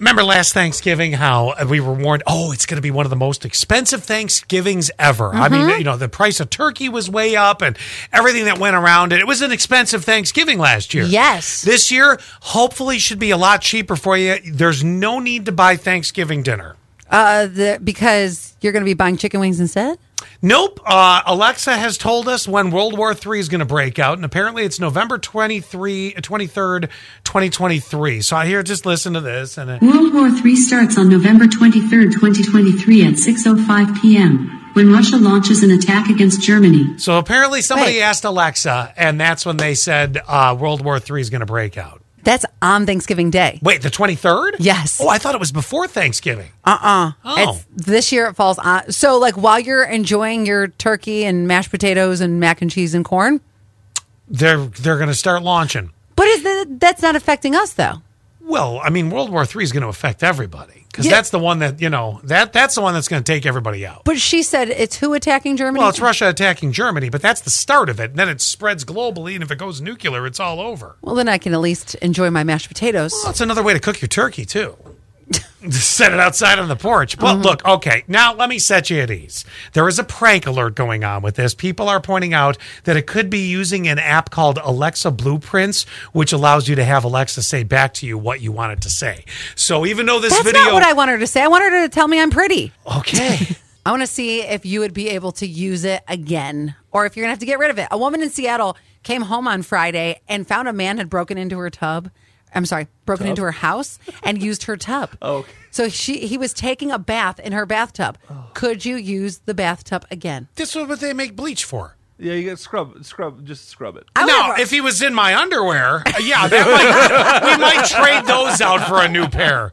Remember last Thanksgiving how we were warned, oh, it's going to be one of the most expensive Thanksgivings ever. I mean, you know, the price of turkey was way up and everything that went around it. It was an expensive Thanksgiving last year. Yes. This year, hopefully, should be a lot cheaper for you. There's no need to buy Thanksgiving dinner. Uh, the, because you're going to be buying chicken wings instead? Nope. Uh, Alexa has told us when World War III is going to break out, and apparently it's November 23, 23rd, 2023. So I hear, just listen to this. And it, World War III starts on November 23, 2023 at 6.05 p.m., when Russia launches an attack against Germany. So apparently somebody Wait. asked Alexa, and that's when they said uh, World War III is going to break out. That's on Thanksgiving Day. Wait, the 23rd? Yes. Uh, Oh, I thought it was before Thanksgiving. Oh. It's, this year it falls on. So, like, while you're enjoying your turkey and mashed potatoes and mac and cheese and corn, They're they're going to start launching. but is that that's not affecting us though? Well, I mean, World War III is going to affect everybody because Yeah. that's the one that, you know, that that's the one that's going to take everybody out. But she said it's who attacking Germany. Well, it's Russia attacking Germany, but that's the start of it. And then it spreads globally, and if it goes nuclear, it's all over. Well, then I can at least enjoy my mashed potatoes. Well, it's another way to cook your turkey, too. Just Set it outside on the porch. But Mm-hmm. look, okay, now let me set you at ease. There is a prank alert going on with this. People are pointing out that it could be using an app called Alexa Blueprints, which allows you to have Alexa say back to you what you want it to say. So even though this That's video. not what I want her to say. I want her to tell me I'm pretty. okay. I want to see if you would be able to use it again or if you're going to have to get rid of it. A woman in Seattle came home on Friday and found a man had broken into her tub. I'm sorry, broken into her house and used her tub. Oh. So she he was taking a bath in her bathtub. Could you use the bathtub again? this is what they make bleach for. Yeah, you got scrub, scrub, just scrub it. I Now, would've- if he was in my underwear, yeah, that might, we might trade those out for a new pair.